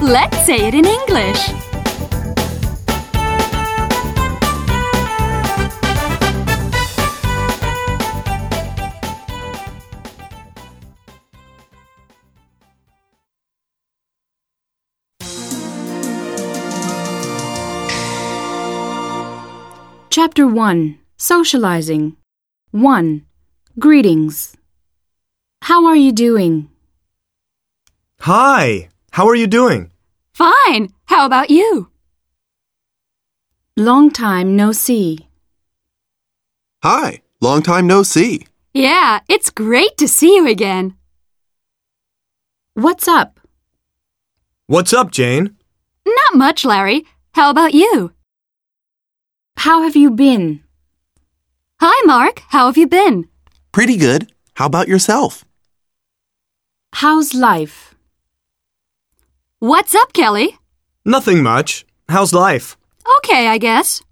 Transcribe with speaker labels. Speaker 1: Let's say it in English. Chapter 1 Socializing 1. Greetings. How are you doing?
Speaker 2: Hi, how are you doing?
Speaker 1: Fine. How about you? Long time no see.
Speaker 3: Hi, long time no see.
Speaker 1: Yeah, it's great to see you again. What's up?
Speaker 2: What's up, Jane?
Speaker 1: Not much, Larry. How about you? How have you been? Hi, Mark. How have you been?
Speaker 3: Pretty good. How about yourself?
Speaker 1: How's life? What's up, Kelly?
Speaker 2: Nothing much. How's life?
Speaker 1: Okay, I guess.